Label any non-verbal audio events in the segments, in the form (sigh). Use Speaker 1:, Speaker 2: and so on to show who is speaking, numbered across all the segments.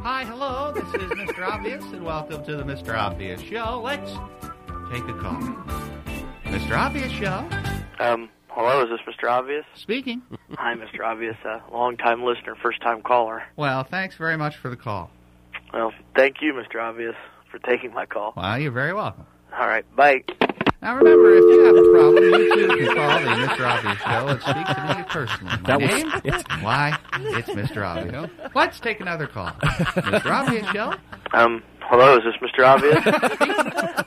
Speaker 1: hi, hello. This is Mr. Obvious, and welcome to the Mr. Obvious Show. Let's take a call. Mr. Obvious Show,
Speaker 2: Um, hello, is this Mr. Obvious?
Speaker 1: speaking.
Speaker 2: Hi, Mr. Obvious, uh, long-time listener, first-time caller.
Speaker 1: Well, thanks very much for the call.
Speaker 2: Well, thank you, Mr. Obvious, for taking my call.
Speaker 1: Well, you're very welcome.
Speaker 2: All right, bye.
Speaker 1: Now, remember, if you have a problem, you too can call the Mr. Obvious Show and speak to me personally. My
Speaker 3: That was
Speaker 1: name?
Speaker 3: it.
Speaker 1: Why? It's Mr. Obvious. Let's take another call. Mr. Obvious Show,
Speaker 2: Um, hello, is this Mr. Obvious?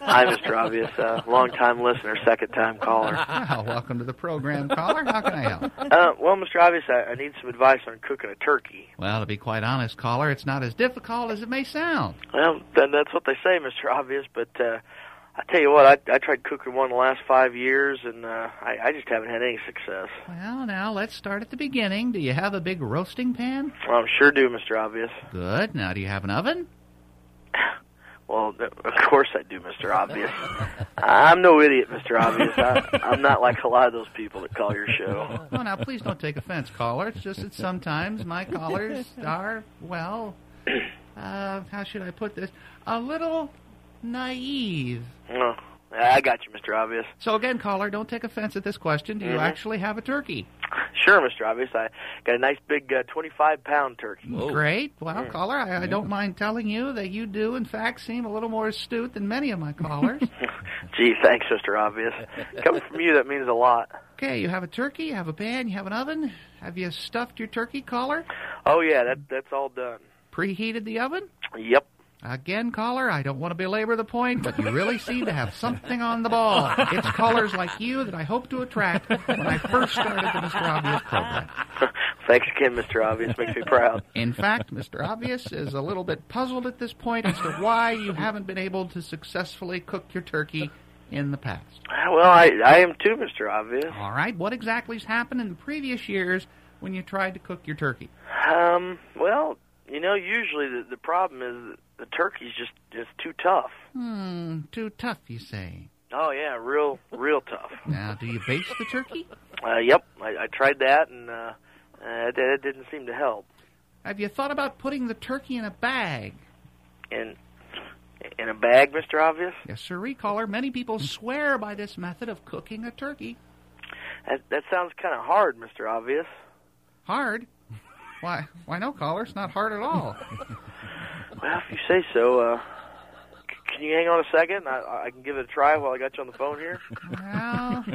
Speaker 2: Hi, Mr. Obvious, uh, long-time listener, second-time
Speaker 1: (laughs)
Speaker 2: caller.
Speaker 1: well, welcome to the program, caller. How can I help?
Speaker 2: Uh, well, Mr. Obvious, I, I need some advice on cooking a turkey.
Speaker 1: Well, to be quite honest, caller, it's not as difficult as it may sound.
Speaker 2: Well, then that's what they say, Mr. Obvious, but, uh, I tell you what, I, I tried cooking one the last five years, and, uh, I, I just haven't had any success.
Speaker 1: Well, now let's start at the beginning. Do you have a big roasting pan?
Speaker 2: Well, I'm sure do, Mr. Obvious.
Speaker 1: Good. Now, do you have an oven?
Speaker 2: Well, th- of course I do, Mr. Obvious. I'm no idiot, Mr. Obvious. I, I'm not like a lot of those people that call your show.
Speaker 1: Oh, now please don't take offense, caller. It's just that sometimes my callers are, well, uh, how should I put this? A little naive.
Speaker 2: No. I got you, Mr. Obvious.
Speaker 1: So again, caller, don't take offense at this question. Do you
Speaker 2: Mhm.
Speaker 1: actually have a turkey?
Speaker 2: Sure, Mr. Obvious. I got a nice big uh, 25 pound turkey.
Speaker 3: Oh,
Speaker 1: Great. Well, caller, I, I don't mind telling you that you do, in fact, seem a little more astute than many of my callers.
Speaker 2: Gee, thanks, Mr. Obvious. Coming from you, that means a lot.
Speaker 1: okay, you have a turkey, you have a pan, you have an oven. Have you stuffed your turkey, caller?
Speaker 2: Oh, yeah, that, that's all done.
Speaker 1: Preheated the oven?
Speaker 2: Yep. (laughs)
Speaker 1: Again, caller, I don't want to belabor the point, but you really seem to have something on the ball. It's callers like you that I hope to attract when I first started the Mr. Obvious program.
Speaker 2: thanks again, Mr. Obvious. Makes me proud.
Speaker 1: In fact, Mr. Obvious is a little bit puzzled at this point as to why you haven't been able to successfully cook your turkey in the past.
Speaker 2: Well, I, I am too, Mr. Obvious.
Speaker 1: All right, what exactly's happened in the previous years when you tried to cook your turkey?
Speaker 2: Um, well, you know, usually the, the problem is that the turkey's just, just too tough.
Speaker 1: Hmm, too tough, you say.
Speaker 2: Oh yeah, real, real tough.
Speaker 1: Now, do you baste the turkey?
Speaker 2: Uh, yep, I, I tried that, and uh, uh, that it didn't seem to help.
Speaker 1: Have you thought about putting the turkey in a bag?
Speaker 2: And in a bag, Mister Obvious,
Speaker 1: Yes, sir, recaller. Many people swear by this method of cooking a turkey.
Speaker 2: that, that sounds kind of hard, Mister Obvious.
Speaker 1: Hard? Why? Why no, caller? It's not hard at all.
Speaker 2: Well, if you say so. Uh, c- can you hang on a second? I, I can give it a try while I got you on the phone here.
Speaker 1: Well,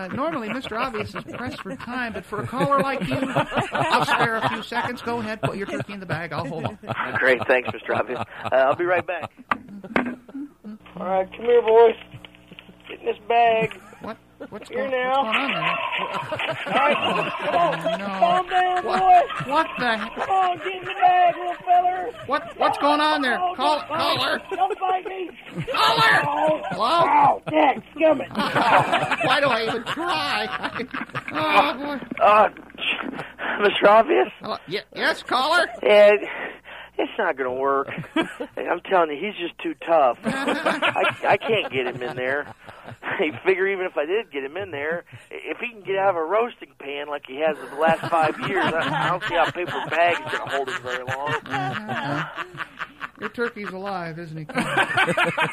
Speaker 1: uh, normally Mr. Obvious is pressed for time, but for a caller like you, I'll spare a few seconds. Go ahead, put your turkey in the bag. I'll hold on.
Speaker 2: Great, thanks, Mister Obvious. Uh, I'll be right back. All right, come here, boys. Get in this bag.
Speaker 1: What? What's,
Speaker 2: Here
Speaker 1: going,
Speaker 2: now.
Speaker 1: what's going on there?
Speaker 2: All right,
Speaker 1: (laughs)
Speaker 2: come on,
Speaker 1: Oh, No.
Speaker 2: calm down,
Speaker 1: What?
Speaker 2: boy.
Speaker 1: What the? he-
Speaker 2: Come on, get in the bag, little feller.
Speaker 1: What? What's going on there?
Speaker 2: Oh,
Speaker 1: Call,
Speaker 2: don't fight.
Speaker 1: caller.
Speaker 2: Don't fight me.
Speaker 1: Caller.
Speaker 2: Oh,
Speaker 1: Hello.
Speaker 2: oh, dang, scum it.
Speaker 1: Why do I even try? (laughs) oh, boy.
Speaker 2: (laughs) Uh, Mr. Obvious?
Speaker 1: Hello. Ye- yes, caller. (laughs)
Speaker 2: Yeah, it- it's not going to work. I'm telling you, he's just too tough. I, I can't get him in there. I figure even if I did get him in there, if he can get out of a roasting pan like he has the last five years, I, I don't see how paper bag is going to hold him very long.
Speaker 1: Your turkey's alive, isn't he? Caller?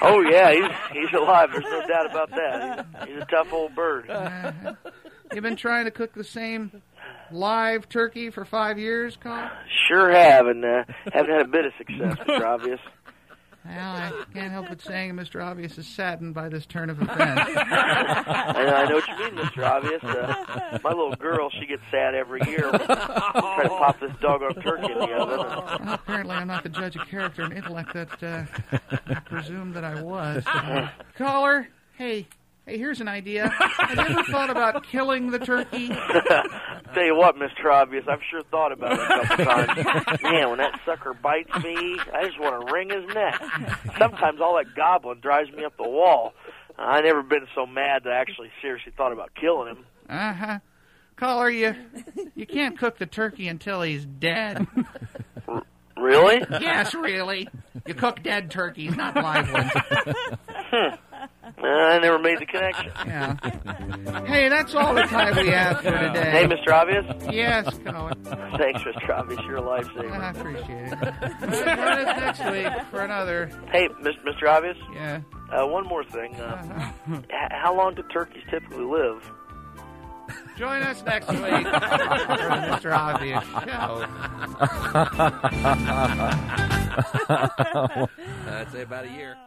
Speaker 2: Oh, yeah, he's, he's alive. There's no doubt about that. He's, he's a tough old bird.
Speaker 1: You've been trying to cook the same live turkey for five years, Carl?
Speaker 2: Sure have, and uh, haven't had a bit of success, Mr. Obvious.
Speaker 1: Well, I can't help but saying Mr. Obvious is saddened by this turn of events.
Speaker 2: I know, I know what you mean, Mr. Obvious. Uh, my little girl, she gets sad every year when we try to pop this doggone turkey in the oven.
Speaker 1: Well, apparently, I'm not the judge of character and intellect that uh, I presumed that I was. Uh, caller, hey, hey, here's an idea. Have you ever thought about killing the turkey?
Speaker 2: Tell you what, Mr. Obvious, I've sure thought about it a couple times. Man, when that sucker bites me, I just want to wring his neck. Sometimes all that goblin drives me up the wall. I never been so mad that I actually seriously thought about killing him.
Speaker 1: Uh huh. Caller, you you can't cook the turkey until he's dead.
Speaker 2: Really? Uh,
Speaker 1: Yes, really. You cook dead turkeys, not live ones.
Speaker 2: Well, I never made the connection.
Speaker 1: Yeah. Hey, that's all the time we have for
Speaker 2: Hey,
Speaker 1: today.
Speaker 2: Mr. Obvious.
Speaker 1: Yes, Colin.
Speaker 2: Thanks, Mr. Obvious. You're a
Speaker 1: I
Speaker 2: lifesaver.
Speaker 1: appreciate it. Join us next week for another.
Speaker 2: Hey, Mr. Mr. Obvious.
Speaker 1: Yeah.
Speaker 2: Uh, one more thing. Uh,
Speaker 1: Uh-huh.
Speaker 2: h- how long do turkeys typically live?
Speaker 1: Join us next week for the Mr. Obvious Show.
Speaker 3: I'd say about a year.